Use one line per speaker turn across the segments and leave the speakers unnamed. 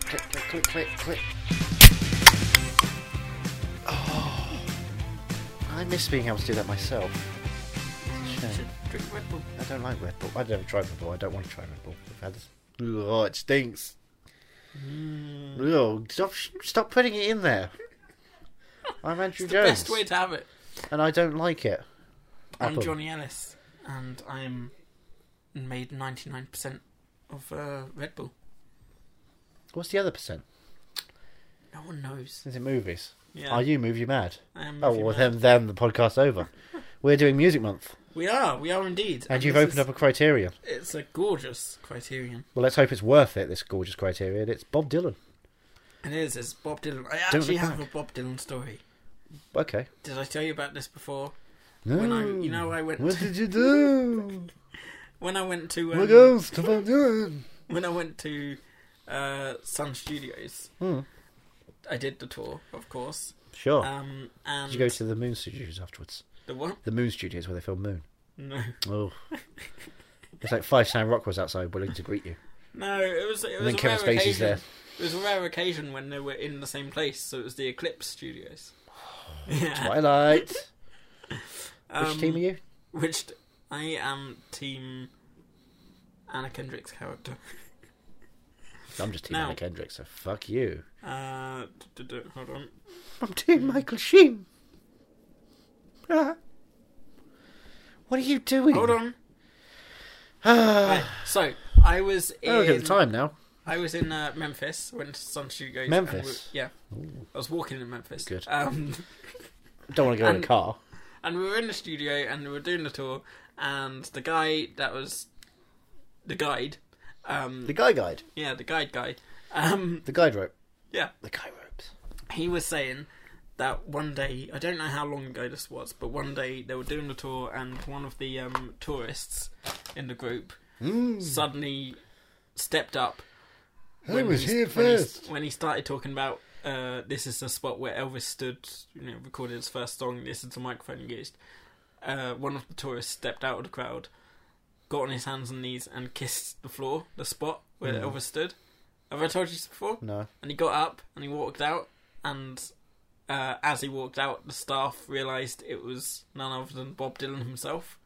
Click, click, click, click, click. Oh, I miss being able to do that myself. It's a shame.
Drink Red Bull.
I don't like Red Bull. I've never tried Red Bull. I don't want to try Red Bull. I've had this. Oh, it stinks.
Mm.
Ugh, stop, stop putting it in there. I'm Andrew
It's the
Jones,
best way to have it.
and I don't like it.
I'm
Apple.
Johnny Ellis, and I'm made 99% of uh, Red Bull.
What's the other percent?
No one knows.
Is it movies?
Yeah.
Are you movie mad?
I am
oh,
movie
well,
mad.
then then the podcast's over. We're doing Music Month,
We are. We are indeed.
and you've
this
opened
is-
up a criterion.
It's a gorgeous criterion.
Well, let's hope it's worth it. This gorgeous criterion. It's Bob Dylan.
It is. It's Bob Dylan. I
Don't
actually
look
have
back.
a Bob Dylan story.
Okay.
Did I tell you about this before?
No.
When I, you know, I went. Um,
what did you do?
when I went to.
My
um,
girls to Bob Dylan.
when I went to uh, Sun Studios,
Hmm.
I did the tour, of course.
Sure.
Um, and
Oh. did you go to the Moon Studios afterwards?
the what?
The Moon Studios where they film Moon.
No,
Oh. it's like five Sam Rock was outside willing to greet you.
no. It was. It
And
was
then
a
Kevin
rare
Spacey's
occasion.
there.
It was a rare occasion when they were in the same place, so it was the Eclipse Studios. Yeah.
Twilight.
Um,
Which team are you?
Which t- I am team Anna Kendrick's character.
I'm just Team
now-
Anna Kendrick, so fuck you.
Uh, d- d- d- hold on.
I'm doing Michael Sheen. Ah. what are you doing?
Hold on.
Ah.
Right, so I was in.
oh, look at the time now.
I was in uh, Memphis when Sun Studios.
Memphis?
And we, yeah, I was walking in Memphis.
Good.
Um,
Don't want to go in
And-
a car.
and we were in the studio and we were doing the tour, and the guy that was the guide, um,
The guy guide.
yeah, the guide guy, um,
The guide rope.
yeah,
The guy ropes.
he was saying that one day I don't know how long ago this was, but one day they were doing the tour and one of the um, tourists in the group
Hmm. Mm.
suddenly stepped up.
I
when
was
he-
here
when he-
first.
when he started talking about uh, this is the spot where Elvis stood, you know, recorded his first song. This is the microphone he used. Uh, one of the tourists stepped out of the crowd, got on his hands and knees, and kissed the floor, the spot where
Hmm.
Elvis stood. Have I told you this before?
No.
And he got up and he walked out, and uh, as he walked out, the staff realised it was none other than Bob Dylan himself.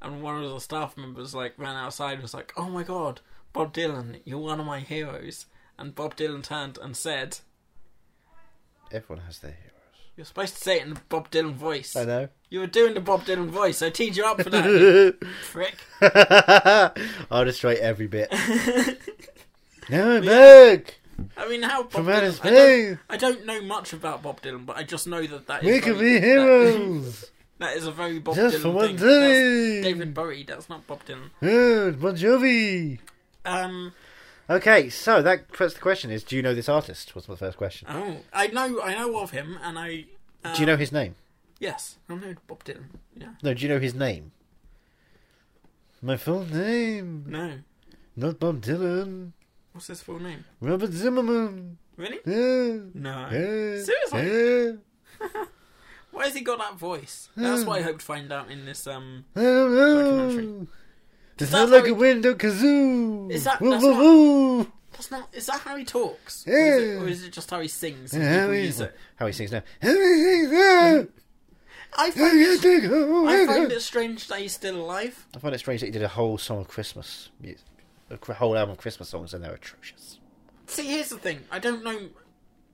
And one of the staff members like ran outside and was like, "Oh my god, Bob Dylan, you're one of my heroes." And Bob Dylan turned and said,
Everyone has their heroes.
"You're supposed to say it in the Bob Dylan voice.
I know.
You were doing the Bob Dylan voice. I teed you up for that, you prick."
I'll destroy every bit. no, Meg!
I mean, how Bob
From outer
Dylan? I don't,
space!
I don't know much about Bob Dylan, but I just know that that is
We can
very-
be
that-
heroes!
That is a very Bob
Just
Dylan
for one
thing.
day.
That's David Bowie. That's not Bob Dylan.
Oh, bon Jovi!
Um.
Okay, so that puts the question is, do you know this artist? Was my first question.
Oh, I know. I know of him, and I. Uh,
Do you know his name?
Yes, I know Bob Dylan. Yeah.
No, do you know his name? My full name,
No.
not Bob Dylan.
What's his full name?
Robert Zimmerman.
Really?
Yeah.
No.
Yeah.
Seriously?
Yeah.
Why has he got that voice? That's what I
Hmm.
hope to find out in this. Um.
I don't know.
Documentary.
It's
that
not like
how
a
he-
window kazoo.
Is that-
Woo,
that's
woo,
not-
woo.
That's not. Is that how he talks? Or is it,
Yeah.
or is it just how he sings? And
How
people
he,
use it.
how he sings now. How he sings now.
I
How
find
you
it,
take a
I find
window.
it strange that he's still alive.
I find it strange that he did a whole song of Christmas music. A cr- whole album of Christmas songs and they're atrocious.
See, here's the thing. I don't know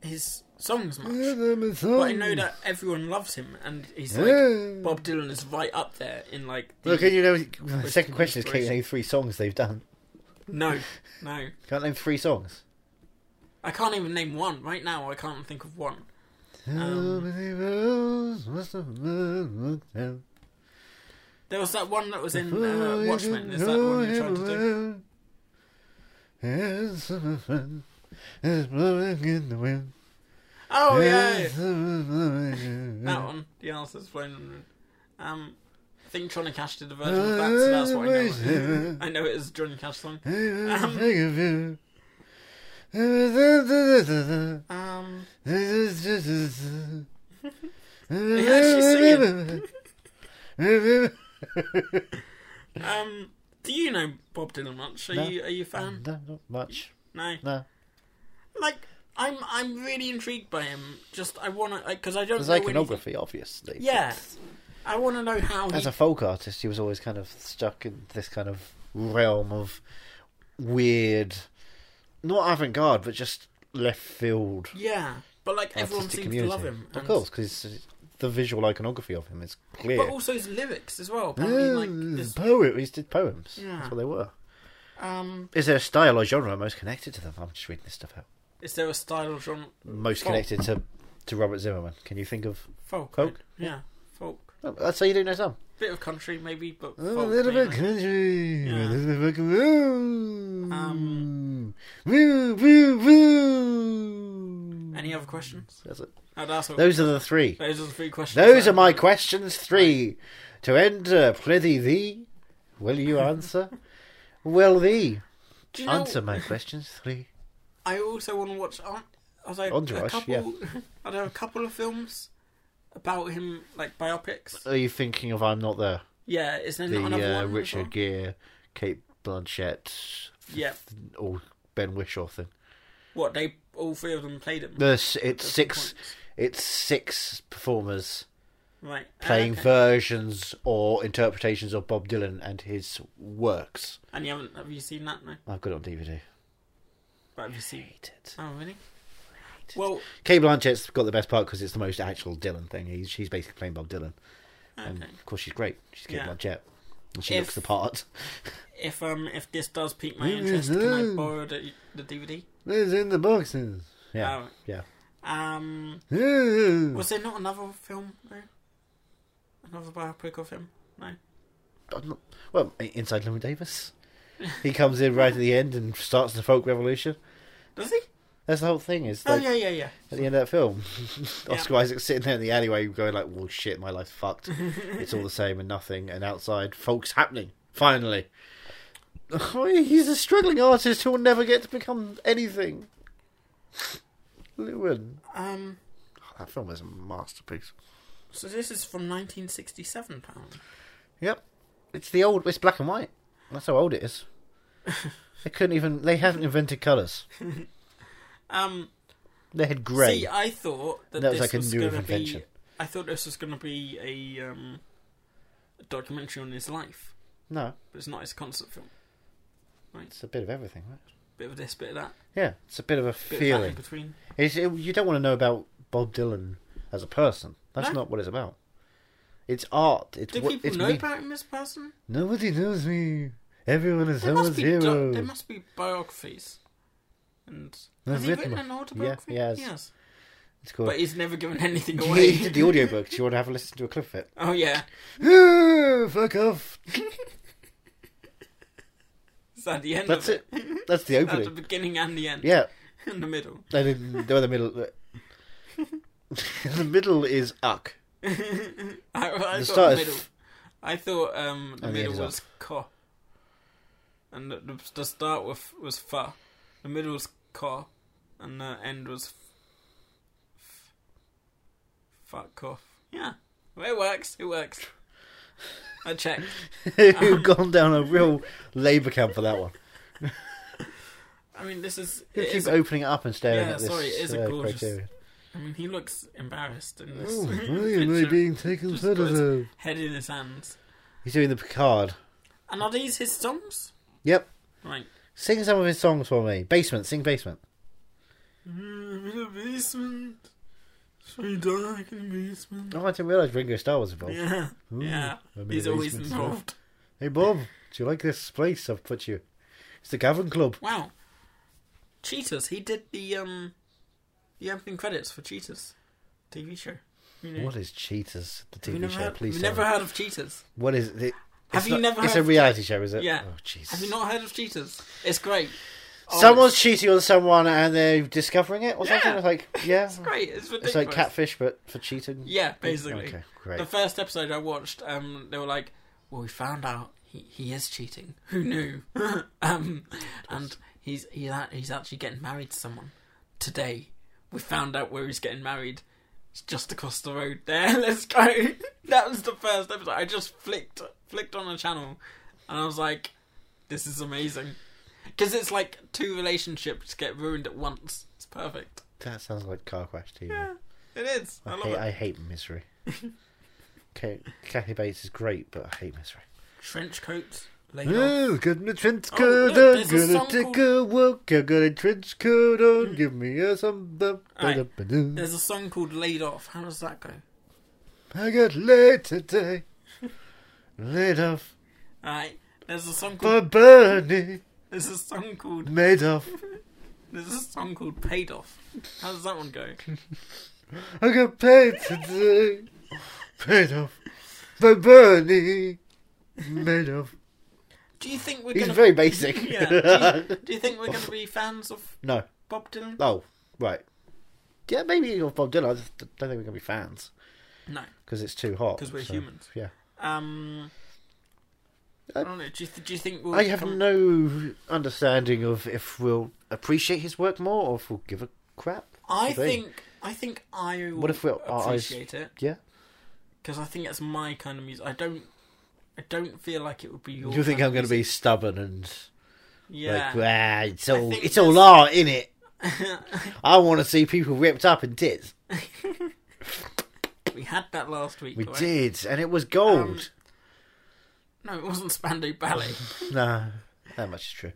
his songs
Hmm.
much. But
But
I know that everyone loves him, and he's
Yeah.
like Bob Dylan is right up there in like. The,
Look, you know, the second
Which-
question is, can you
inspiration?
name three songs they've done?
No, no,
Can't name three songs.
I can't even name one right now. I can't think of one. Um,
Watchmen
There was that one that was in uh, Watchmen. Is that the one you're trying to do? Oh yeah, that one. The answer's flown. on the- Um, I think Johnny Cash did a version of that, so that's what I know. I know it is a Johnny Cash song. Um,
This is just.
actually singing. Um, do you know Bob Dylan much? Are
No. Um.
you are you a fan?
No, not much.
No.
No.
Like I'm I'm really intrigued by him. Just I want to because I don't
There's
know anything.
iconography, obviously. but
Yeah. I want to know how he
As a folk artist, he was always kind of stuck in this kind of realm of weird, not avant garde, but just left field
Yeah, but like everyone
artistic
seems
community.
to love him.
Of
and-
course, because the visual iconography of him is clear.
But also his lyrics as well.
Mm,
Apparently, like, his-
poet, he did poems.
Yeah.
That's what they were.
um,
Is there a style or genre most connected to them? I'm just reading this stuff out.
is there a style of genre?
Most
Folk.
connected to, to Robert Zimmerman. Can you think of?
Folk.
Folk?
Yeah. folk.
Oh, that's how you do know some.
Bit of country maybe, but
Oh,
folk,
a little bit
mainly.
country.
Yeah.
A little bit woo.
Um,
woo, woo, woo.
Any other questions?
That's it.
I'd ask. Those,
Those are the three.
those are the three questions.
Those
I-
are my questions three. To enter, prithee thee. Will you answer? Will thee
Do you know,
answer my questions three?
I also want to watch. Aren't, are there a
Entourage,
couple? Are there a couple of films about him, like biopics?
Are you thinking of I'm Not There?
Yeah, is there not another
Uh, The uh,
one? as
Richard
well?
Gere, Kate Blanchett,
Yeah.
or Ben Whishaw thing.
What they all three of them played him.
There's, it's
That's
six.
the point.
It's six performers
Right. Ah,
playing
okay.
versions or interpretations of Bob Dylan and his works.
And you haven't? Have you seen that? No.
I've got it on DVD.
But have you seen?
Hate it.
Oh, really? Well,
Kate Blanchett's got the best part because it's the most actual Dylan thing. He's, she's basically playing Bob Dylan, and
okay.
of course she's great. She's Kate
Yeah.
Blanchett, and she
If-
looks the part.
If um if this does pique my interest, can I borrow the, the DVD?
It's in the boxes. Yeah,
Oh.
yeah. Hmm.
Um, was there not another film though? Another biopic of him? No.
I'm not- Well, inside Llewyn Davis, he comes in right at the end and starts the folk revolution.
Does he?
That's the whole thing. Is
Oh
like
yeah, yeah, yeah.
at the end of that film, Oscar Isaac's sitting there in the alleyway, going like, "Well, shit, my life's fucked. it's all the same and nothing." And outside, folk's happening finally. He's a struggling artist who will never get to become anything. Llewyn,
Um,
Oh, that film is a masterpiece.
so this is from 1967, pound.
Yep, it's the old. It's black and white. That's how old it is. they couldn't even. They haven't invented colours.
Um,
They had grey.
see, uh, I thought that,
That was
this
like a
was
new
going to be.
invention.
I thought this was going to be a um, a documentary on his life,
No,
but it's not his concert film.
it's a bit of everything, right?
Bit of this, bit of that,
Yeah, it's a bit of a
bit of that
feeling.
in between.
It's, it, you don't want to know about Bob Dylan as a person. That's
No.
not what it's about. It's art. It's
Do
what
people
it's
know
me.
about him as a person?
Nobody knows me. Everyone is
There
someone's
must, be
hero.
do- there must be biographies. And
There's
has he
written
written
one.
an
Yeah,
autobiography?
he has.
Yes.
it's called.
But he's never given anything
he
away.
did the audiobook. Do you want to have a listen to a clip of it?
oh yeah.
Yeah, fuck off.
Is that the end
That's
of
it. That's the
At the
opening.
beginning and the end.
Yeah.
In the middle.
And in, no, the middle. the middle is uck.
I, I
The
thought
start
the
is
middle. I thought um, the
And the end
middle
is
was ka. And the, the, the start with was fa. The middle was ka. And the end was f. f- fuck off. Yeah. Well, it works. It works. I checked.
You've gone down a real labour camp for that one.
I mean, this is.
You
it
keep
is-
opening it up and staring
Yeah,
at this
sorry, it is a
uh,
gorgeous-
criteria.
I mean, he looks embarrassed in this.
Oh, why am I
picture.
being taken
Just
photos
puts-
of?
Head in his hands.
He's doing the Picard.
And are these his songs?
Yep.
Right.
Sing some of his songs for me. Basement, sing basement.
In the basement. Sweet dark in the basement.
Oh, I didn't realise Ringo Starr was involved.
Yeah. yeah.
I'm in
He's
the
always
basement still.
involved.
Hey Bob, do you like this place I've put you? It's the Gavin Club.
Wow. Cheetahs. He did the um the opening credits for Cheetahs TV show. You know.
What is Cheaters? The
Have you
TV
never
show,
heard,
please.
have you
tell
never
me.
heard of Cheetahs?
What is it?
Have
It's
you
not-
never
It's
heard
a
of-
reality show, is it?
Yeah.
Oh Jesus.
Have you not heard of Cheetahs? It's great. Oh,
Someone's cheating on someone and they're discovering it or
Yeah.
something. It's Like yeah,
It's great. It's ridiculous.
it's like catfish but for cheating.
Yeah, basically.
Okay, great.
The first episode I watched, um, they were like, "Well, we found out he, he is cheating. Who knew? um, and he's he's a- he's actually getting married to someone today. We found out where he's getting married. It's just across the road there. Let's go. That was the first episode. I just flicked flicked on a channel, and I was like, "This is amazing," because it's like two relationships get ruined at once. It's perfect.
That sounds like Car Crash TV.
Yeah, it is. I,
I,
love
hate,
it.
I hate misery. okay, Kathy Bates is great, but I hate misery.
Trench coats. Laid off.
Oh, got my trench
Oh,
coat
look,
on,
there's a
gonna
song
take
called-
a walk. I got a trench coat on, give me a something.
Alright.
ba-da-ba-doo.
There's a song called "Laid Off." How does that go?
I got laid today, laid off
Alright. There's a song
by
called.
Bernie,
There's a song called.
made off.
There's a song called "Paid Off." How does that one go?
I got paid today, paid off by Bernie, made off.
Do you think we're
He's
gonna?
very basic.
Yeah. Do you, do you think we're gonna be fans of
No.
Bob Dylan?
Oh, right. Yeah, maybe of Bob Dylan. I just don't think we're going to be fans
No,
because it's too hot.
because we're
so,
humans.
Yeah.
Um, I
Uh,
don't know. Do you, th- do you think we'll?
I have
come-
no understanding of if we'll appreciate his work more or if we'll give a crap.
I
Could be.
think. I think I will
What if we- our eyes-
appreciate it
Yeah.
because I think it's my kind of music. I don't. I don't feel like it would be your.
you think
kind
I'm
of
going to be stubborn and
music.
like, ah, it's all
think
it's all
that's-
art in it.
Yeah.
I want to see people ripped up in tits.
we had that last week.
We
right?
did, and it was gold.
No, it wasn't Spandau Ballet.
no, that much is true.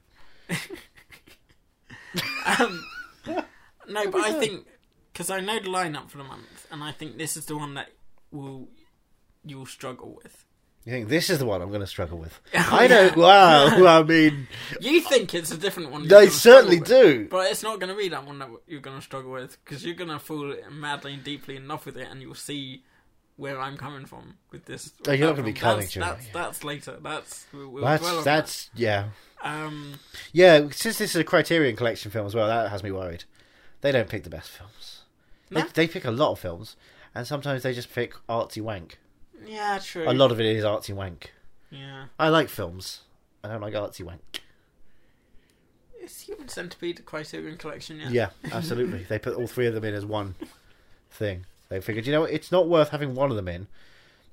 um, no, but
we
I
done?
think because I know the lineup for the month, and I think this is the one that will you'll struggle with.
You think this is the one I'm going to struggle with? I don't. Wow. I mean,
You think it's a different one. you're
they
gonna struggle
certainly
with.
do.
But it's not going to be that one that you're going to struggle with because you're going to fall madly and deeply in love with it, and you'll see where I'm coming from with this.
Oh, you're not gonna be
platform.
coming
that's,
to it,
that's,
yeah.
that's later. That's we'll, we'll dwell
That's
on
that's yeah.
that. Um,
Yeah, since this is a Criterion Collection film as well, that has me worried. They don't pick the best films.
No?
They, they pick a lot of films, and sometimes they just pick artsy wank.
yeah, true.
A lot of it is artsy wank.
Yeah,
I like films. I don't like artsy wank.
it's Human Centipede, Criterion Collection. Yeah.
Yeah, absolutely. they put all three of them in as one thing. They figured, you know, what, it's not worth having one of them in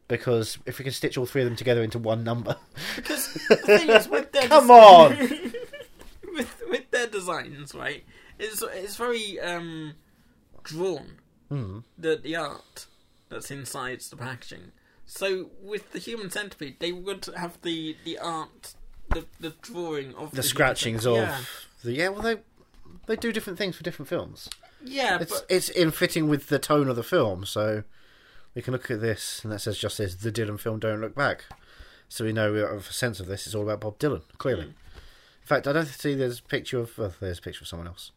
because if we can stitch all three of them together into one number,
Because the thing is, with their
Come
design- with with their designs, right? It's it's very um, drawn.
mm,
The the art that's inside the packaging. So with the human centipede, they would have the the art, the the drawing of
the
human
scratchings of
centipede.
the yeah. Well, they they do different things for different films.
Yeah, yeah
it's
but
it's in fitting with the tone of the film. So we can look at this, and that says just says the Dylan film "Don't Look Back." So we know we have a sense of this. It's all about Bob Dylan,
Hmm.
clearly. In fact, I don't see there's a picture of well, there's a picture of someone else.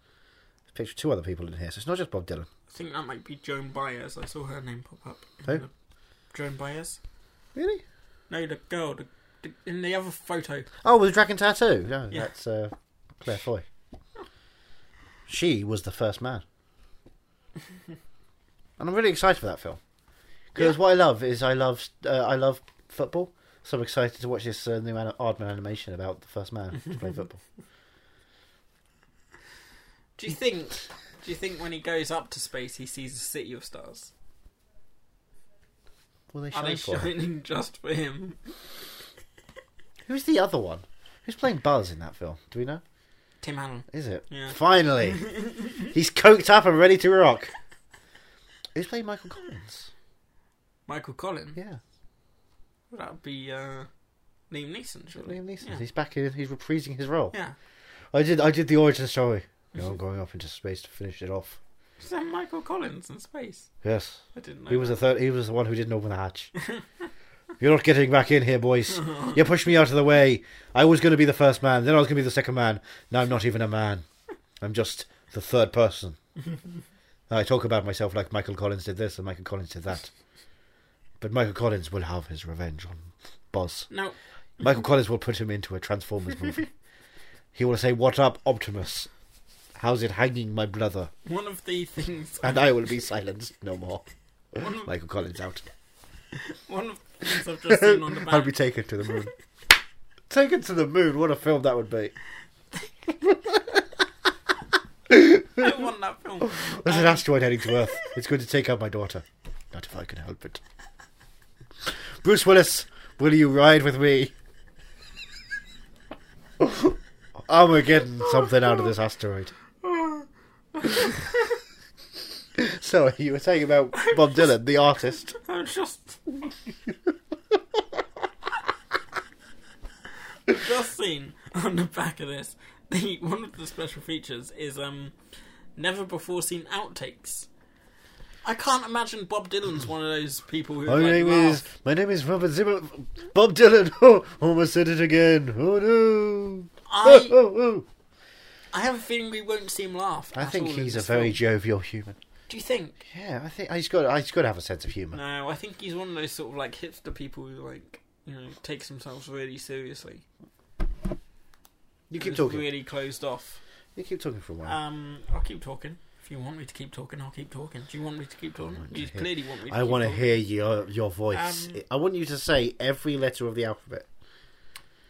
There's a picture of two other people in here, so it's not just Bob Dylan.
I think that might be Joan Baez. I saw her name pop up. in
Who?
the- Joan Baez?
Really?
No, the girl the, the, in the other photo.
Oh, with the dragon tattoo. No,
Yeah.
that's uh, Claire Foy. She was the first man, and I'm really excited for that film because
Yeah.
what I love is I love uh, I love football. So I'm excited to watch this uh, new Anna Aardman animation about the first man to play football.
Do you think? Do you think when he goes up to space, he sees a city of stars?
What are they showing
Are they
for? him?
shining just for him?
Who's the other one? Who's playing Buzz in that film? Do we know?
Tim Allen.
Is it?
Yeah.
Finally, he's coked up and ready to rock. Who's playing Michael Collins?
Michael Collins.
Yeah,
That would be uh, Liam Neeson, surely.
Liam Neeson.
Yeah.
He's back in. He's reprising his role.
Yeah.
I did. I did the origin story. You know, I'm going up into space to finish it off.
Is that Michael Collins in space?
Yes,
I didn't know.
he was the third. He was the one who didn't open the hatch. You're not getting back in here, boys. You pushed me out of the way. I was going to be the first man. Then I was going to be the second man. Now I'm not even a man. I'm just the third person. I talk about myself like Michael Collins did this and Michael Collins did that. But Michael Collins will have his revenge on Buzz.
No.
Michael Collins will put him into a Transformers movie. he will say, "What up, Optimus? How's it hanging, my brother?"
One of the things.
And I will be silenced no more.
One of,
Michael Collins out.
one of the things I've just seen on the
I'll
back.
be taken to the moon. taken to the moon. What a film that would be.
I want that film. Uh,
There's
Um,
an asteroid heading to Earth. It's going to take out my daughter. Not if I can help it. Bruce Willis, will you ride with me? I'm getting something out of this asteroid. so you were saying about Bob Dylan, the artist.
I'm just. just seen on the back of this. The, one of the special features is um, never before seen outtakes. I can't imagine Bob Dylan's one of those people who
My
like,
name
laugh.
is my name is Robert Zimmer. Bob Dylan. Oh, almost said it again. Oh no. Oh,
I
oh, oh.
I have a feeling we won't see him laugh.
I
at
think
all in
he's a
this
very
film.
jovial human.
Do you think?
Yeah, I think he's got he's got to have a sense of humour.
No, I think he's one of those sort of like hipster people who like you know takes themselves really seriously.
You keep
Just
talking.
Really closed off.
You keep talking for a while.
Um, I'll keep talking. If you want me to keep talking, I'll keep talking. Do you want me to keep talking?
want to
You
hear-
clearly want me. To
I
keep
want to
talking.
hear your your voice.
Um,
I want you to say every letter of the alphabet.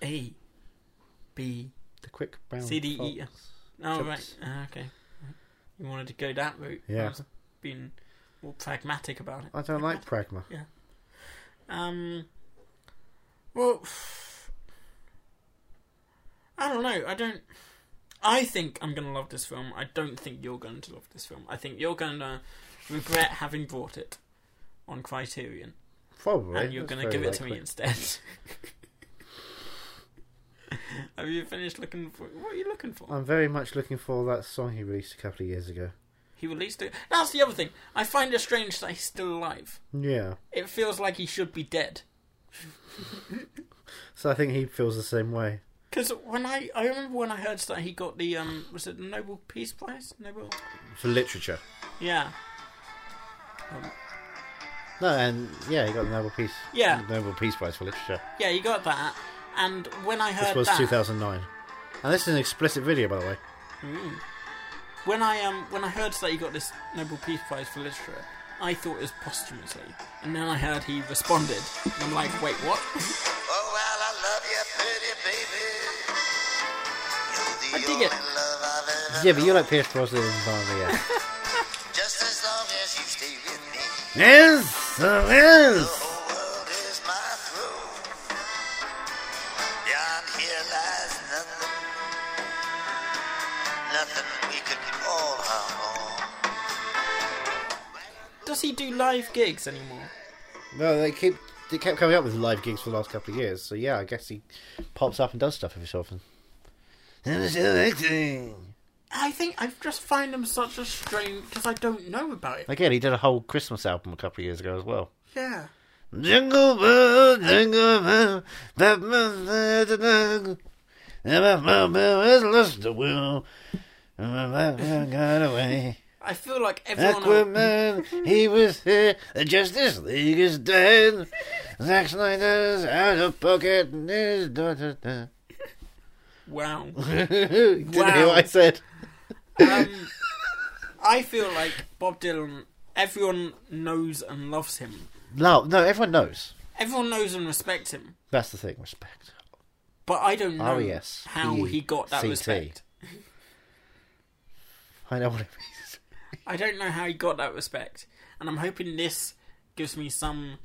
A, B.
The quick brown.
C, D, E,
fox.
Oh
Jumps.
right, Ah, okay. You wanted to go that route.
Yeah.
I was being more pragmatic about it.
I don't like pragma.
Um. Well, I don't know. I don't. I think I'm gonna love this film. I don't think you're going to love this film. I think you're gonna regret having bought it on Criterion,
Probably.
and you're
That's
gonna
very
give it to me
likely.
instead. Have you finished looking for? What are you looking for?
I'm very much looking for that song he released a couple of years ago.
He released it. That's the other thing. I find it strange that he's still alive.
Yeah.
It feels like he should be dead.
So I think he feels the same way.
Because when I I remember when I heard that he got the um was it the Nobel Peace Prize Nobel
For literature.
yeah
No, and yeah, he got the Nobel Peace.
Yeah.
Nobel Peace Prize for literature.
yeah he got that and when I
This
heard
was
that
2009. And this is an explicit video, by the way.
Mm. when I um when I heard that he got this Nobel Peace Prize for literature I thought it was posthumously and then I heard he responded and I'm like wait what
Oh, well, I love you, pretty baby. You're the
I dig it.
only love I've ever
Yeah, but you like Pierce Brosnan and Barney, yeah.
known. Just as long as you stay with me,
yes, uh,
the
yes.
whole world is my throne. Beyond here lies nothing, nothing we could call our own.
does he do live gigs anymore
No, they keep they kept coming up with live gigs for the last couple of years. So yeah, I guess he pops up and does stuff every so often. That was so exciting.
I think I just find him such a strange because I don't know about it
Again, he did a whole Christmas album a couple of years ago as well.
yeah
Jingle bell, jingle bell, Batman's there tonight. And my mama has lost the will. And my Batman got away.
I feel like everyone
Aquaman, he was here. The Justice League is dead. Zack Snyder's out of pocket and his daughter. Did
wow
Didn't hear
Wow.
what I said.
um, I feel like Bob Dylan. Everyone knows and loves him.
No, no, everyone knows.
Everyone knows and respects him.
That's the thing, respect.
But I don't know
Oh, yes.
how
E,
he got that
C, T.
respect.
I know what it means.
I don't know how he got that respect, and I'm hoping this gives me some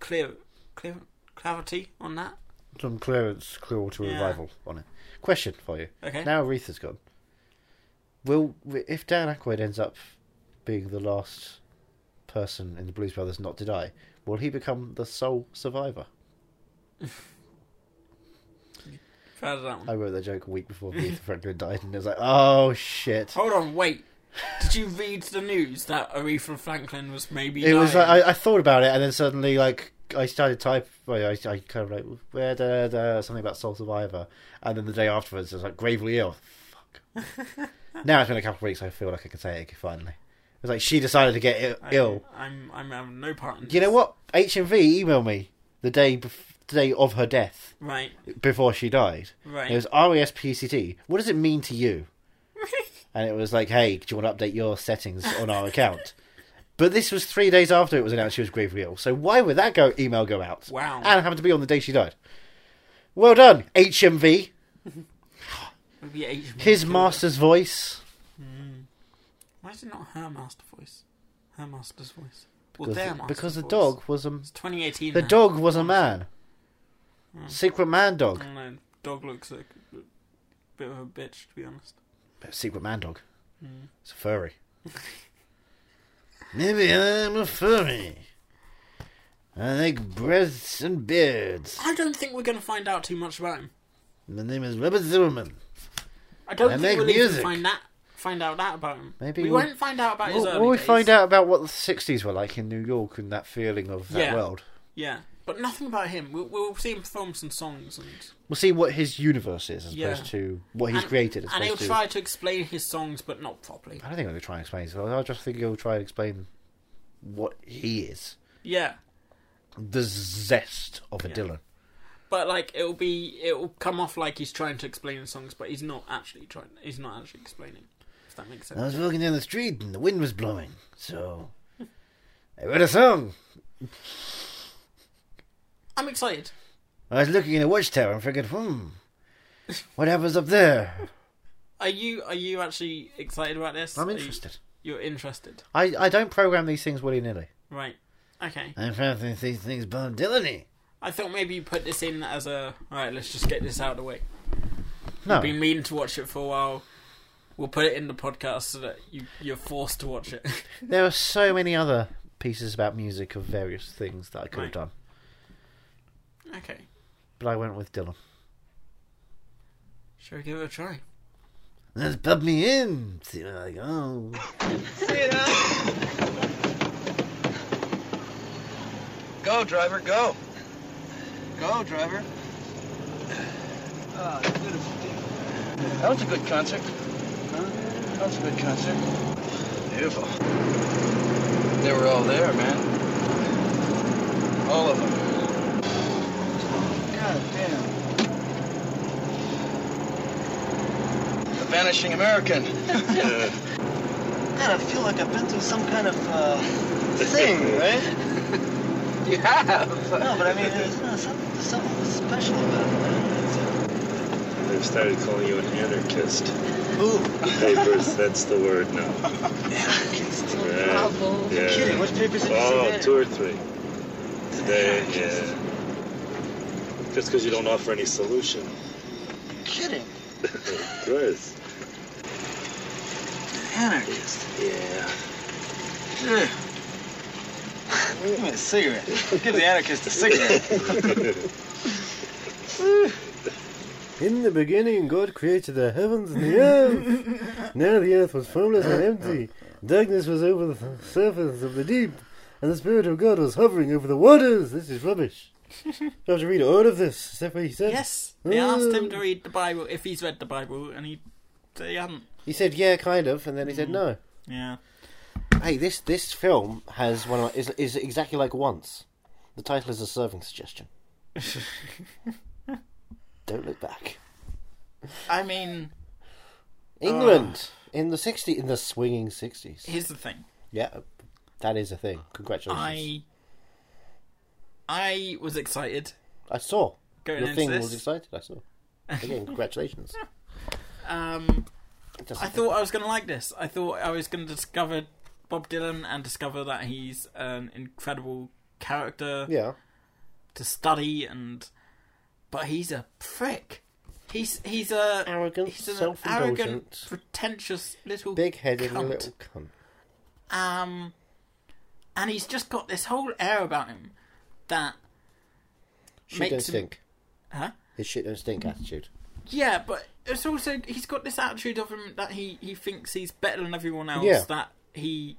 clear, clear clarity on that.
Some clearance, Clearwater
Yeah.
Revival on it. Question for you.
Okay.
Now Aretha's gone. Will if Dan Aykroyd ends up being the last person in the Blues Brothers not to die, will he become the sole survivor?
Proud of that one.
I wrote that joke a week before Aretha Franklin died, and it was like, oh shit.
Hold on, wait. Did you read the news that Aretha Franklin was maybe?
It was. uh,
dying?
Like, I, I thought about it, and then suddenly, like, I started type. Well, I, I kind of like where da, da, something about Soul Survivor, and then the day afterwards, I was like gravely ill. Fuck. now it's been a couple of weeks. I feel like I can say it finally. It was like she decided to get i- ill.
I'm. I'm having no part in.
You know
this.
what? HMV emailed me the day bef- the day of her death
Right.
before she died.
Right.
It was E RESPCT. What does it mean to you? and it was like, hey, do you want to update your settings on our account? But this was three days after it was announced she was gravely ill. So why would that go email go out?
Wow.
And it happened to be on the day she died. Well done, HMV.
Maybe H.
His
Mansfield.
master's voice.
Why is it not her master voice? Her master's voice. Well, their
Because,
master's
because the
voice.
dog was a
It's Hmm. 2018.
the
now.
dog was a man. Secret man
I
dog.
don't know. Oh, Dog looks like a bit of a bitch, to be honest.
Secret man dog.
Hmm.
It's a furry. Maybe I'm a furry. I like breasts and beards.
I don't think we're going to find out too much about him.
My name is Robert Zimmerman.
I don't
They
think
make
we'll
music.
even find that find out that about him.
Maybe
we
we'll-
won't find out about his
Well,
early
well, we
days.
find out about what the 60s were like in New York and that feeling of that
Yeah.
world.
Yeah, but nothing about him. We'll, we'll see him perform some songs and
We'll see what his universe is as
Yeah.
opposed to what he's
and-
created. As
and he'll
opposed to...
try to explain his songs, but not properly.
I don't think he'll try and explain his I just think he'll try and explain what he is.
Yeah,
The zest of a Dylan.
but like it'll be it'll come off like he's trying to explain his songs, but he's not actually trying. He's not actually explaining. If that makes sense.
I was walking down the street and the wind was blowing, so I wrote a song.
I'm excited.
I was looking in a watchtower and figured, hmm, what happens up there?
Are you are you actually excited about this?
I'm
Are you-
interested.
You're interested,
I, I don't program these things willy nilly.
right? Okay.
I found these these things Bob Dylan
I thought maybe you put this in as a right. Let's just get this out of the way.
Oh.
No.
been meaning to watch it for a while. We'll put it in the podcast so that you, you're forced to watch it.
There are so many other pieces about music of various things that I could have
Right.
done,
okay.
but I went with Dylan.
Shall we give it a try?
Let's pub me in. See where I go.
Go, driver, go. Go, driver. Ah, That was a good concert. Huh? That was a good concert. Beautiful. They were all there, man. All of them. God damn. The Vanishing American.
God, I feel like I've been through some kind of uh, thing, right?
you have.
No, but I mean, there's, no, something, there's something special about it. man. It's, uh,
They've started calling you an anarchist.
Ooh,
Papers, that's the word now.
anarchist.
Yeah. yeah.
Kidding, what papers did you say
Oh,
there?
two or three. Today, yeah. That's because you don't offer any solution.
Kidding.
Of course.
Anarchist.
Yeah.
Yeah. Give me a cigarette. Give the anarchist a cigarette.
In the beginning, God created the heavens and the earth. now the earth was formless and empty. Darkness was over the th- surface of the deep, and the Spirit of God was hovering over the waters. This is rubbish. Do I have to read all of this? Is that what he said?
Yes. They asked him to read the Bible if he's read the Bible, and he they hadn't.
He said, yeah, kind of, and then he
Mm.
said, no.
Yeah.
Hey, this, this film has one of my, is, is exactly like Once. The title is a serving suggestion. Don't look back.
Ah. I mean,
England in the 60s, in the swinging 60s.
here's the thing.
Yeah, that is a thing. Congratulations.
I I was excited
I, saw.
going
Your
into
thing
this.
was excited. I saw. Again, congratulations.
um,
It doesn't-
I thought I was going to like this. I thought I was going to discover Bob Dylan and discover that he's an incredible character.
Yeah.
to study and but he's a prick. He's he's a
Arrogant,
he's an
self-indulgent,
arrogant, pretentious little
Big headed
cunt.
little cunt.
um and he's just got this whole air about him that
Shit
Makes
don't
him-
stink.
Huh?
His shit don't stink attitude.
yeah, but it's also he's got this attitude of him that he he thinks he's better than everyone else
Yeah.
that he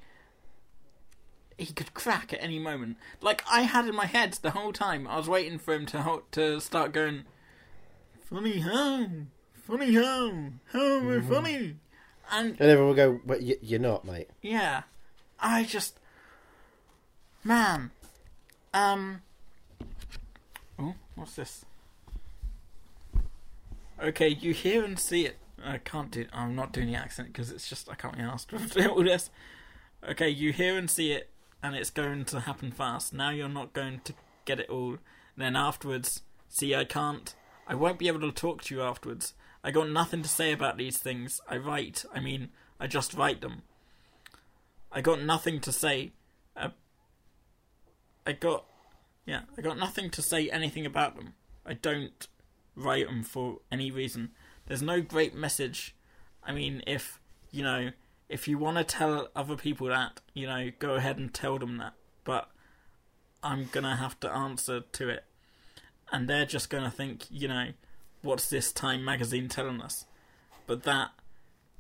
he could crack at any moment. Like I had in my head the whole time I was waiting for him to ho- to start going funny how funny how how am I funny and
And everyone will go, well, y- you're not, mate.
yeah. I just man. Um Oh, what's this? Okay, you hear and see it. I can't do I'm not doing the accent because it's just I can't be asked to do all this. Okay, you hear and see it and it's going to happen fast. Now you're not going to get it all. Then afterwards, see I can't. I won't be able to talk to you afterwards. I got nothing to say about these things. I write. I mean, I just write them. I got nothing to say. Uh, I got, yeah, I got nothing to say anything about them. I don't write them for any reason. There's no great message. I mean, if you know, if you want to tell other people that, you know, go ahead and tell them that. But I'm gonna have to answer to it, and they're just gonna think, you know, what's this Time magazine telling us? But that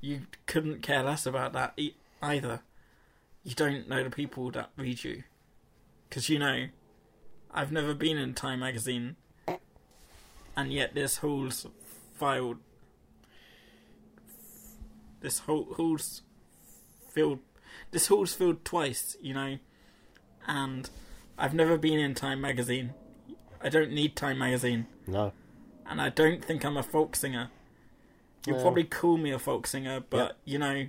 you couldn't care less about that e- either. You don't know the people that read you, because you know, I've never been in Time magazine, and yet this whole's filed. This whole whole's filled. This hall's filled twice, you know, and I've never been in Time magazine. I don't need Time magazine
No.
and I don't think I'm a folk singer. You'll
Well-
probably call me a folk singer, but you know,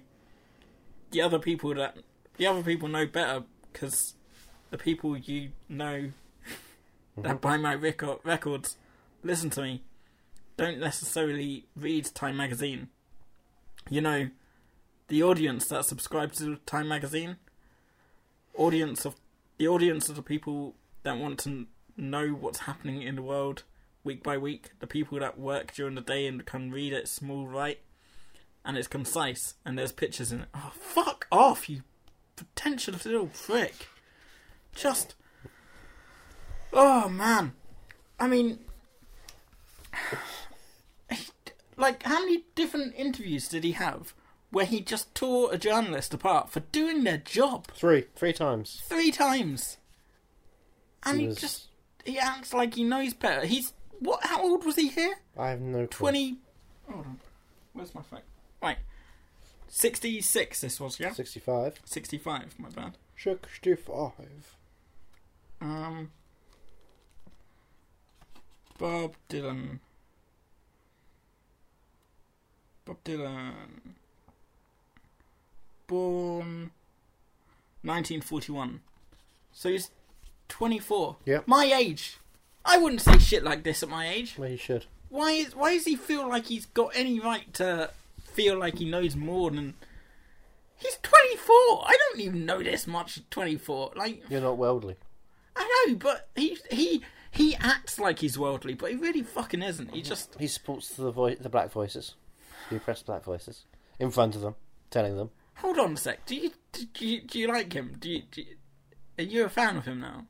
the other people that the other people know better because the people you know that buy my record, records listen to me. Don't necessarily read Time magazine. You know, the audience that subscribe to Time magazine, audience of the audience of the people that want to n- know what's happening in the world week by week. The people that work during the day and can read it small right, and it's concise and there's pictures in it. Oh fuck off, you pretentious little prick! Just, oh man, I mean, like how many different interviews did he have? Where he just tore a journalist apart for doing their job
Three. Three times.
three times, and he
Yes.
just he acts like he knows better. He's what? How old was he here?
I have no clue.
Twenty. Hold on. Where's my phone? Right. Sixty-six. This was yeah.
65.
Sixty-five. My bad.
65.
Um. Bob Dylan. Bob Dylan. Born 1941. So he's 24.
Yep.
My age. I wouldn't say shit like this at my age.
Well, you should.
Why is why does he feel like he's got any right to feel like he knows more than He's 24. I don't even know this much at 24. Like
You're not worldly.
I know, but he he he acts like he's worldly, but he really fucking isn't. He just
He supports the vo- the black voices. He oppressed black voices. In front of them. Telling them.
hold on a sec. Do you do you, do you like him? Do you, do you are you a fan of him now?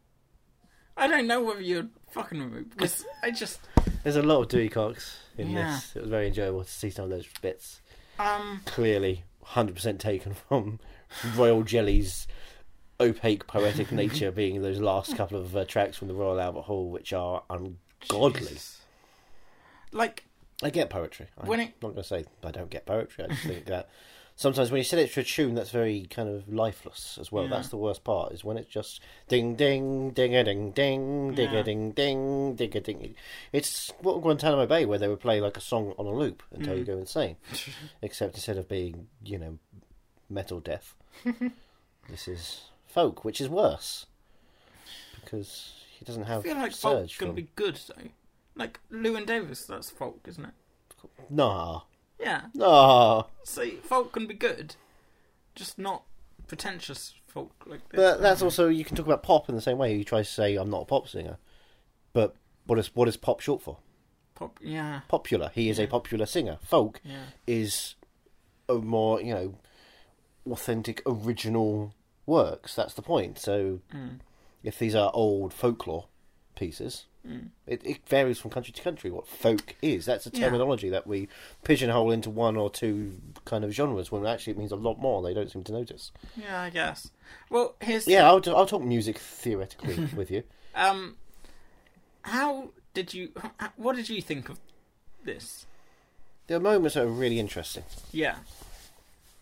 I don't know whether you're fucking with me because I just
There's a lot of Dewey Cox in
Yeah.
this. It was very enjoyable to see some of those bits.
um
Clearly, 100% taken from Royal Jelly's opaque poetic nature being those last couple of uh, tracks from the Royal Albert Hall, which are ungodly.
like
I get poetry. I'm
When it-
not going to say I don't get poetry. I just think that sometimes when you set it to a tune, that's very kind of lifeless as well.
Yeah.
That's the worst part is when it's just ding ding ding a ding ding ding
Yeah.
a ding ding ding a ding. It's what Guantanamo Bay where they would play like a song on a loop until
Mm.
you go insane. Except instead of being you know metal death, this is folk, which is worse because he doesn't
I
have
feel like
surge
Folk's gonna
from.
be good though. Like Lewin Davis, that's Folk, isn't it?
Nah,
Yeah.
nah.
So Folk can be good, just not pretentious Folk like this.
But that's also you can talk about pop in the same way. You try to say I'm not a pop singer, but what is what is pop short for?
Pop, yeah,
Popular. He is a popular singer. Folk
yeah.
is a more you know authentic, original works. That's the point. So
Mm.
if these are old folklore pieces, it, it varies from country to country what folk is. That's a
Mm. Yeah.
terminology that we pigeonhole into one or two kind of genres when actually it means a lot more. They don't seem to notice.
Yeah, I guess. Well, here's
Yeah, I'll, I'll talk music theoretically with you.
um, how did you? h- What did you think of this?
There are moments that are really interesting,
Yeah,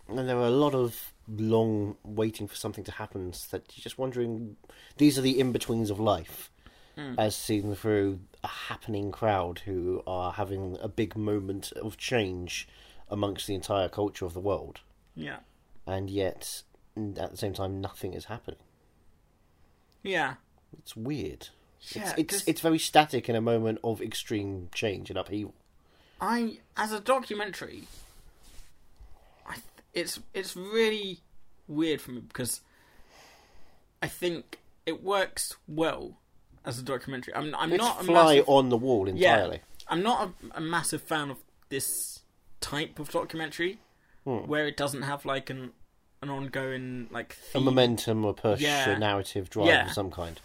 and there are a lot of long waiting for something to happen that you're just wondering. These are the in betweens of life,
Hmm.
as seen through a happening crowd who are having a big moment of change amongst the entire culture of the world,
yeah,
and yet at the same time, nothing is happening.
yeah,
It's weird.
yeah.
it's
'cause-
it's very static in a moment of extreme change and upheaval.
I as a documentary, I th- it's it's really weird for me because I think it works well as a documentary. I'm I'm
It's
not a
fly
massive,
on the wall entirely.
I'm not a, a massive fan of this type of documentary
Hmm.
where it doesn't have like an an ongoing like
A
theme.
momentum, a push,
Yeah.
a narrative drive
Yeah.
of some kind.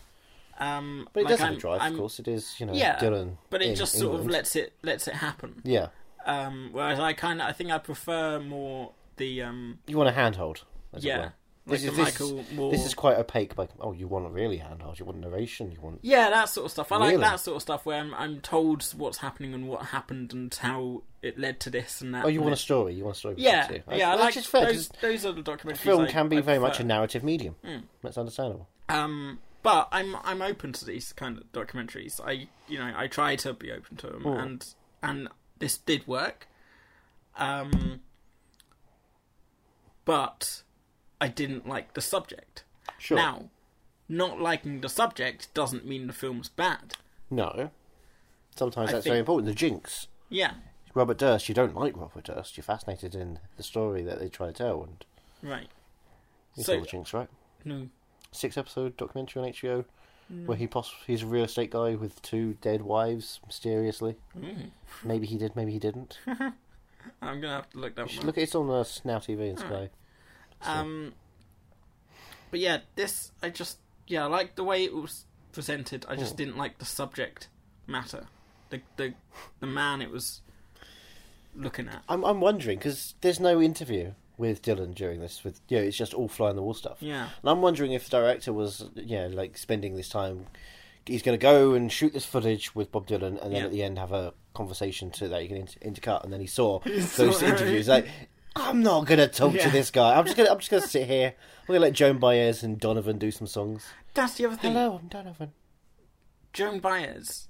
Um,
But it
like,
does have
I'm-
a drive,
I'm-
of course. It is, you know,
Yeah, um,
Dylan.
but it
in
just sort of
England.
lets it lets it happen.
Yeah.
Um, whereas I kind of I think I prefer more the um,
You want a handhold. As
Yeah.
It were.
Like
This, is,
the
this, is-
Michael Moore-
this is quite opaque. Like, oh, you want a really handhold. You want narration. You want.
yeah that sort of stuff. I
Really?
like that sort of stuff where I'm, I'm told what's happening and what happened and how it led to this and that.
Oh, you
and
want a
it-
story. You want a story.
yeah
too.
yeah I
Which
like
is fair, 'cause
those those are the documentaries.
film
I-
can be
I
very
prefer.
much a narrative medium.
Hmm.
That's understandable.
Um, but I'm I'm open to these kind of documentaries. I you know I try to be open to them, and and this did work. Um, but I didn't like the subject.
Sure.
Now, not liking the subject doesn't mean the film's bad.
No. Sometimes that's
think-
very important. The jinx.
Yeah,
Robert Durst, you don't like Robert Durst. You're fascinated in the story that they try to tell, and
right.
you
So-
saw the jinx, right?
No,
Six episode documentary on HBO where he poss- he's a real estate guy with two dead wives mysteriously. Maybe he did, maybe he didn't. You
I'm gonna have to look that
should
one. up.
Look, it's on uh, Now TV and Sky.
Um, but yeah, this I just yeah I like the way it was presented. I
Hmm.
just didn't like the subject matter, the the the man it was looking at.
I'm I'm wondering because there's no interview with Dylan during this. With you know, it's just all fly on the wall stuff.
Yeah.
and I'm wondering if the director was you know like spending this time. He's going to go and shoot this footage with Bob Dylan, and then
Yeah.
at the end have a conversation to that you can inter- intercut. And then he saw
saw
those
it.
interviews. Like, I'm not going to talk
Yeah.
to this guy. I'm just going. to I'm just going to sit here. I'm going to let Joan Baez and Donovan do some songs.
That's the other thing.
Hello, I'm Donovan.
Joan Baez,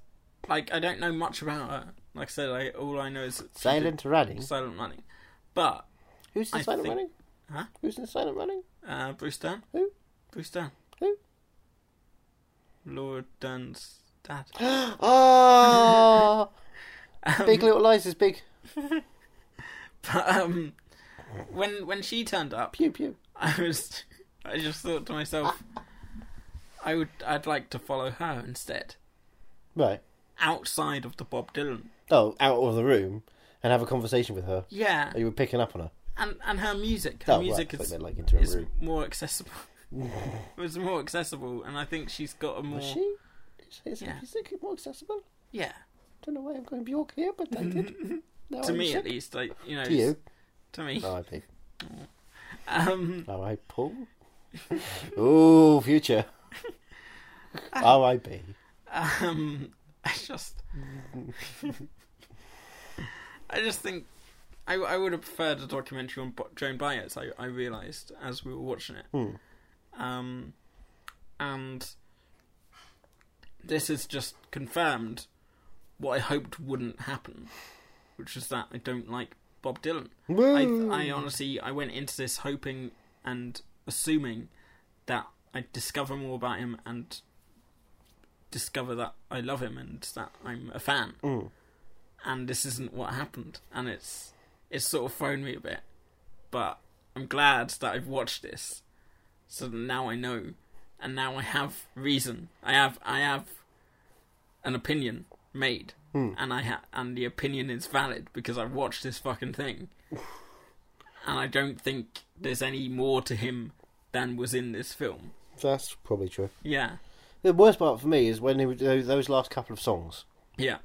like I don't know much about her. Like I said, I, all I know is that she
Silent
did
Running.
silent running. But
Who's in
I
Silent
think-
Running?
Huh?
Who's in Silent Running?
uh, Bruce Dern,
Who?
Bruce Dern,
Who?
Laura Dern's dad.
Oh, Big Little Lies is big.
But um, when when she turned up,
Pew pew.
I was, I just thought to myself, I would, I'd like to follow her instead,
Right.
outside of the Bob Dylan.
Oh, out of the room and have a conversation with her.
Yeah,
You were picking up on her.
and and her music, her
Oh, right.
music
I thought
is
they're, like, into a
is
room.
more accessible. it was more accessible, and I think she's got a more
Was she? Is, is
Yeah.
music more accessible?
yeah.
Don't know why I'm going Bjork here, but I did. Now
To
I'm
me, at
sick.
least, like you know,
Oh, To you.
to me.
Oh, I think.
Um,
R.I. Paul. Ooh, future. Oh, R.I.P.
um, I just, I just think. I, I would have preferred a documentary on Bo- Joan Baez. I, I realised as we were watching it, um, and this has just confirmed what I hoped wouldn't happen, which is that I don't like Bob Dylan. I, I honestly I went into this hoping and assuming that I'd discover more about him and discover that I love him and that I'm a fan. And this isn't what happened, and it's it's sort of thrown me a bit, but I'm glad that I've watched this, so that now I know, and now I have reason. I have I have an opinion made, and I ha- and the opinion is valid because I've watched this fucking thing, and I don't think there's any more to him than was in this film.
That's probably true.
Yeah,
The worst part for me is when he would do those last couple of songs.
yeah,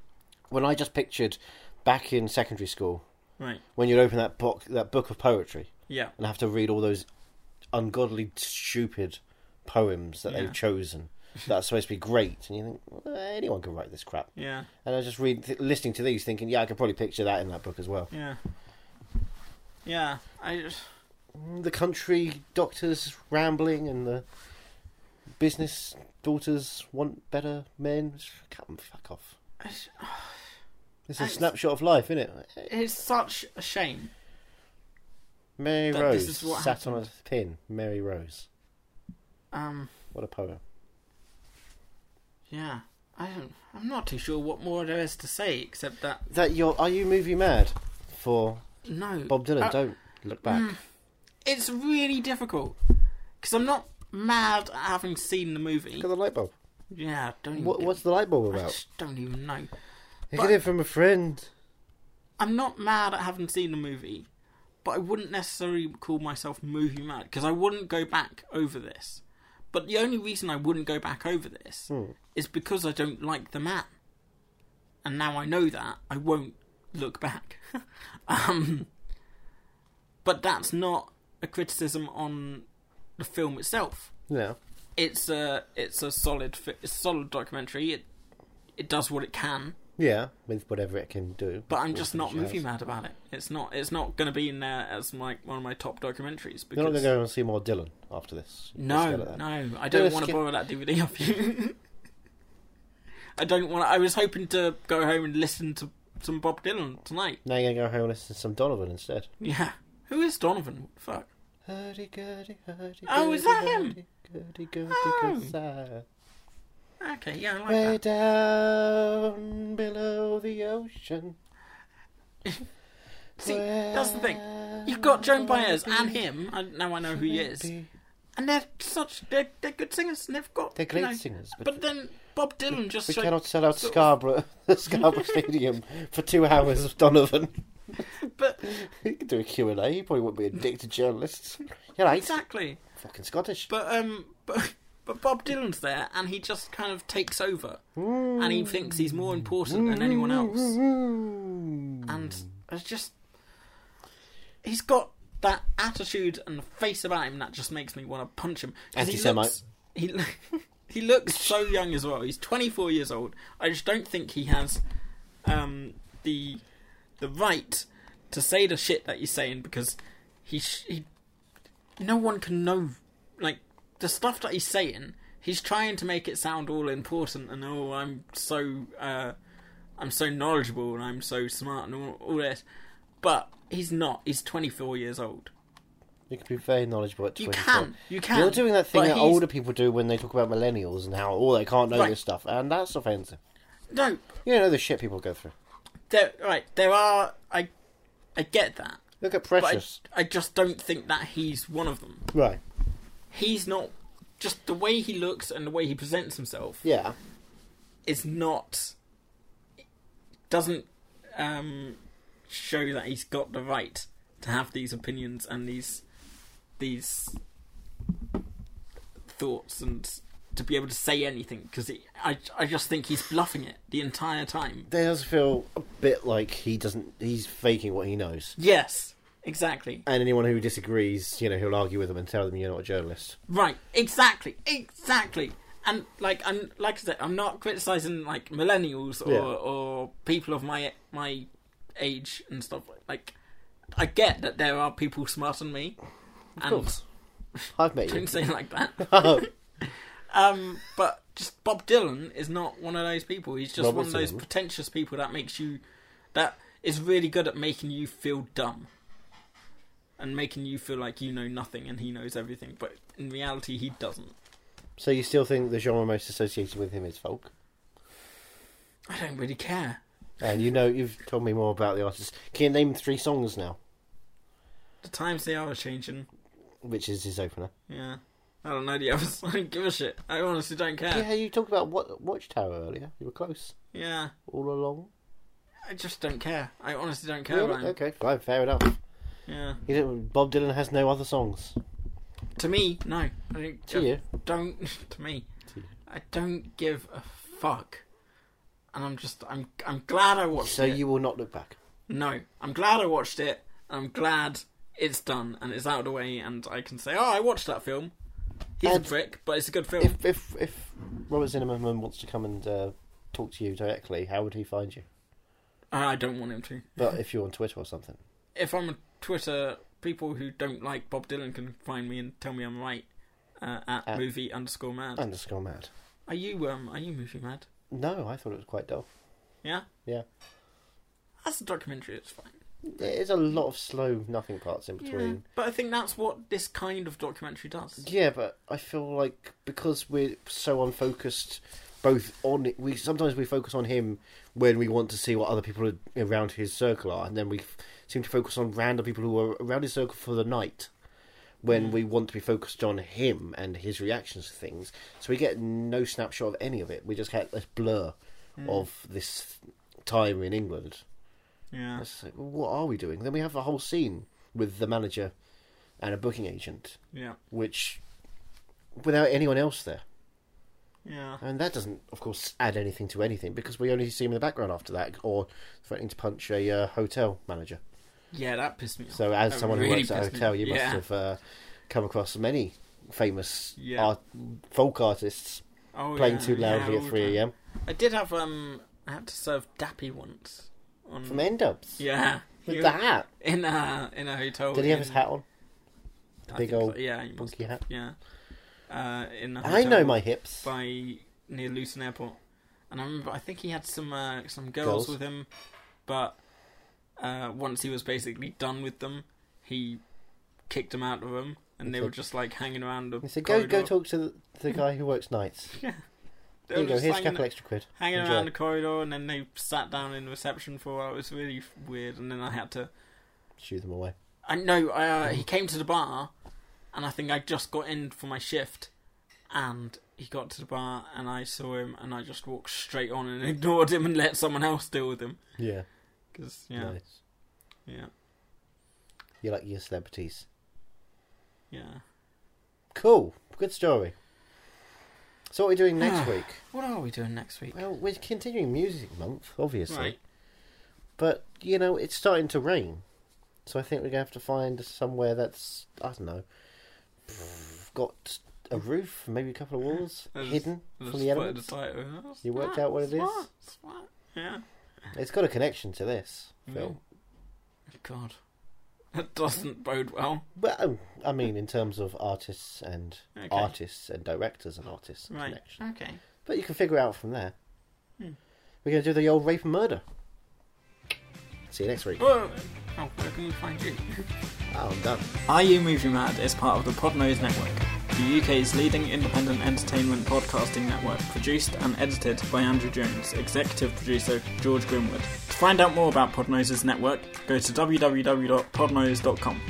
When I just pictured back in secondary school
right,
when you'd open that book that book of poetry
yeah,
and have to read all those ungodly stupid poems that
Yeah.
they've chosen that are supposed to be great and you think well, anyone can write this crap
yeah,
and i just read th- listening to these thinking yeah i could probably picture that in that book as well
yeah, yeah. I just.
the country doctors rambling and the business daughters want better men Come, fuck off
it's-
it's a
Thanks.
snapshot of life isn't it
It's such a shame.
mary
That
rose
this is what
sat on a pin mary rose
Um,
what a poem
yeah. I don't. I'm not too sure what more there is to say except that
That you're are you movie mad for
no.
Bob Dylan?
Uh,
Don't look back.
It's really difficult because I'm not mad at having seen the movie.
Look at the light bulb.
Yeah, don't. Even
What,
get-
what's the light bulb
I
about?
just don't even know.
You get it from a friend.
I'm not mad at having seen the movie, but I wouldn't necessarily call myself movie mad because I wouldn't go back over this. But the only reason I wouldn't go back over this is because I don't like the man, and now I know that I won't look back. um, but that's not a criticism on the film itself.
Yeah.
It's a it's a solid fi- it's a solid documentary. It it does what it can
Yeah, with whatever it can do.
but I'm just not
Jazz.
movie mad about it. It's not. It's not going to be in there as my one of my top documentaries
You're not
because
going to go and see more Dylan after this. You just get
no,
it then.
no, I
We'll
don't want to
skip-
borrow that DVD off you. I don't want. I was hoping to go home and listen to some Bob Dylan tonight.
Now you're going to go home and listen to some Donovan instead.
Yeah, who is Donovan? Fuck.
Hurdy-gurdy, hurdy-gurdy,
Oh, is that him?
hurdy-gurdy,
Oh.
gurdy-gurdy,
Okay, yeah, I like
Way
that.
down below the ocean.
See, that's the thing. You've got Joan Baez and him. I, now I know who he is, and they're such they're, they're good singers. And they've got
They're
you
great
know,
singers, but-
but then Bob Dylan just
We
showed-
cannot sell out
sort of-
Scarborough, the Scarborough Stadium, for two hours of Donovan.
But
He could do a Q and A. He probably wouldn't be a dick to journalists. You're right.
exactly.
Fucking Scottish.
But um, but, but Bob Dylan's there, and he just kind of takes over, and he thinks he's more important than anyone else, and it's just he's got that attitude and the face about him that just makes me want to punch him. 'Cause he
Anti-Semite.
looks- He lo- he looks so young as well. He's twenty four years old. I just don't think he has um the the right to say the shit that he's saying because he sh- he no one can know like the stuff that he's saying he's trying to make it sound all important and oh i'm so uh i'm so knowledgeable and i'm so smart and all, all this but he's not he's 24 years old
You could be very knowledgeable at
You
24.
can, you can,
You're doing that thing
but
that
he's-
older people do when they talk about millennials and how oh they can't know
Right.
this stuff, and that's offensive.
no
You don't know the shit people go through.
there right there are i i get that
Look at
but I,
Precious.
I just don't think that he's one of them
Right.
he's not just the way he looks and the way he presents himself
Yeah.
is not doesn't um, show that he's got the right to have these opinions and these these thoughts and to be able to say anything because I I just think he's bluffing it the entire time.
They does feel a bit like he doesn't. He's faking what he knows.
Yes, exactly.
And anyone who disagrees, you know, he'll argue with them and tell them you're not a journalist.
Right, exactly, exactly. And like I'm like I said, I'm not criticizing like millennials or
Yeah.
or people of my my age and stuff. Like I get that there are people smarter than me, and
course. I've met you.
don't say it like that.
Oh,
um, but just Bob Dylan is not one of those people. He's just
Robert
one of those
Dylan.
pretentious people that makes you that is really good at making you feel dumb. And making you feel like you know nothing and he knows everything, but in reality he doesn't.
so you still think the genre most associated with him is folk?
I don't really care.
And you know, you've told me more about the artist. Can you name three songs now?
The times they are changing.
Which is his opener.
Yeah. I don't know the others. I don't give a shit. I honestly don't care.
Yeah, you talked about what Watchtower earlier. You were close
Yeah.
all along.
I just don't care. I honestly don't care
Really?
about him.
Okay, fine, fair enough.
Yeah.
You don't, Bob Dylan has no other songs.
To me, no. I don't,
To you?
don't to me. I don't give a fuck. And I'm just I'm I'm glad I watched
So
it.
you will not look back.
No. I'm glad I watched it. I'm glad it's done and it's out of the way and I can say, Oh, I watched that film. He's
And-
a prick, but it's a good film.
If if if Robert Zimmerman wants to come and uh, talk to you directly, how would he find you?
I don't want him to.
But if you're on Twitter or something,
if I'm on Twitter, people who don't like Bob Dylan can find me and tell me I'm right uh, at
At-
movie underscore mad.
underscore mad.
Are you um are you movie mad?
No, I thought it was quite dull.
Yeah,
Yeah,
that's a documentary. It's fine.
there's a lot of slow nothing parts in between.
But I think that's what this kind of documentary does.
Yeah, but I feel like because we're so unfocused both on we sometimes we focus on him when we want to see what other people around his circle are, and then we f- seem to focus on random people who are around his circle for the night when we want to be focused on him and his reactions to things. So we get no snapshot of any of it. We just get this blur of this time in England.
Yeah.
It's like, well, what are we doing? Then we have a whole scene with the manager and a booking agent,
Yeah.
which without anyone else there.
Yeah.
And that doesn't, of course, add anything to anything because we only see him in the background after that, or threatening to punch a uh, hotel manager.
Yeah, that pissed me off.
So, as
That
someone
really
who works at a
pissed me
hotel,
off.
you must
Yeah.
have uh, come across many famous
Yeah.
art- folk artists
Oh,
playing
yeah,
too loudly
yeah, all
at
the
3
time.
a.m.
I did have um, I had to serve Dappy once. On,
from end ups
Yeah.
with
He-
the hat.
In a in a hotel.
Did he have
in-
his hat on?
I
big
think
old
so, yeah, he must
Monkey hat.
Yeah. Uh, in a
I
hotel
know my hips.
by near Luton Airport, and I remember I think he had some uh, some girls,
Girls.
with him, but uh, once he was basically done with them, he kicked them out of them, and they
Okay.
were just like hanging around the
He said, "Go,
corridor.
go talk to the, to the guy who works nights.
They
There
were
you go.
just
Here's a
hanging,
couple extra quid.
hanging
Enjoy."
around the corridor, and then they sat down in reception for a while. It was really f- weird, and then I had to.
Shoo them away.
I know I, uh, he came to the bar, and I think I just got in for my shift, and he got to the bar, and I saw him, and I just walked straight on and ignored him and let someone else deal with him.
Yeah,
Because yeah,
nice.
yeah,
You like your celebrities?
yeah.
Cool. Good story. So, what are we doing next week?
What are we doing next week?
Well, we're continuing Music Month, obviously.
Right.
But, you know, it's starting to rain. So I think we're going to have to find somewhere that's, I don't know, got a roof, maybe a couple of walls,
I just-
hidden from
I just
the
put
elements.
the title. Oh,
You worked
smart,
out what it is?
smart, smart. Yeah.
It's got a connection to this,
Mm-hmm.
Phil.
God, that doesn't bode well.
But, um, I mean, in terms of artists and
Okay.
artists and directors and artists and
Right.
connection.
Okay.
But you can figure out from there. We're going to do the old rape and murder. See you next week.
Whoa. Oh, where can we find you?
Oh, I'm done.
Are You Movie Mad is part of the Podnose Network, the UK's leading independent entertainment podcasting network, produced and edited by Andrew Jones, executive producer George Grimwood. To find out more about Podnose's network, go to www.podnose.com.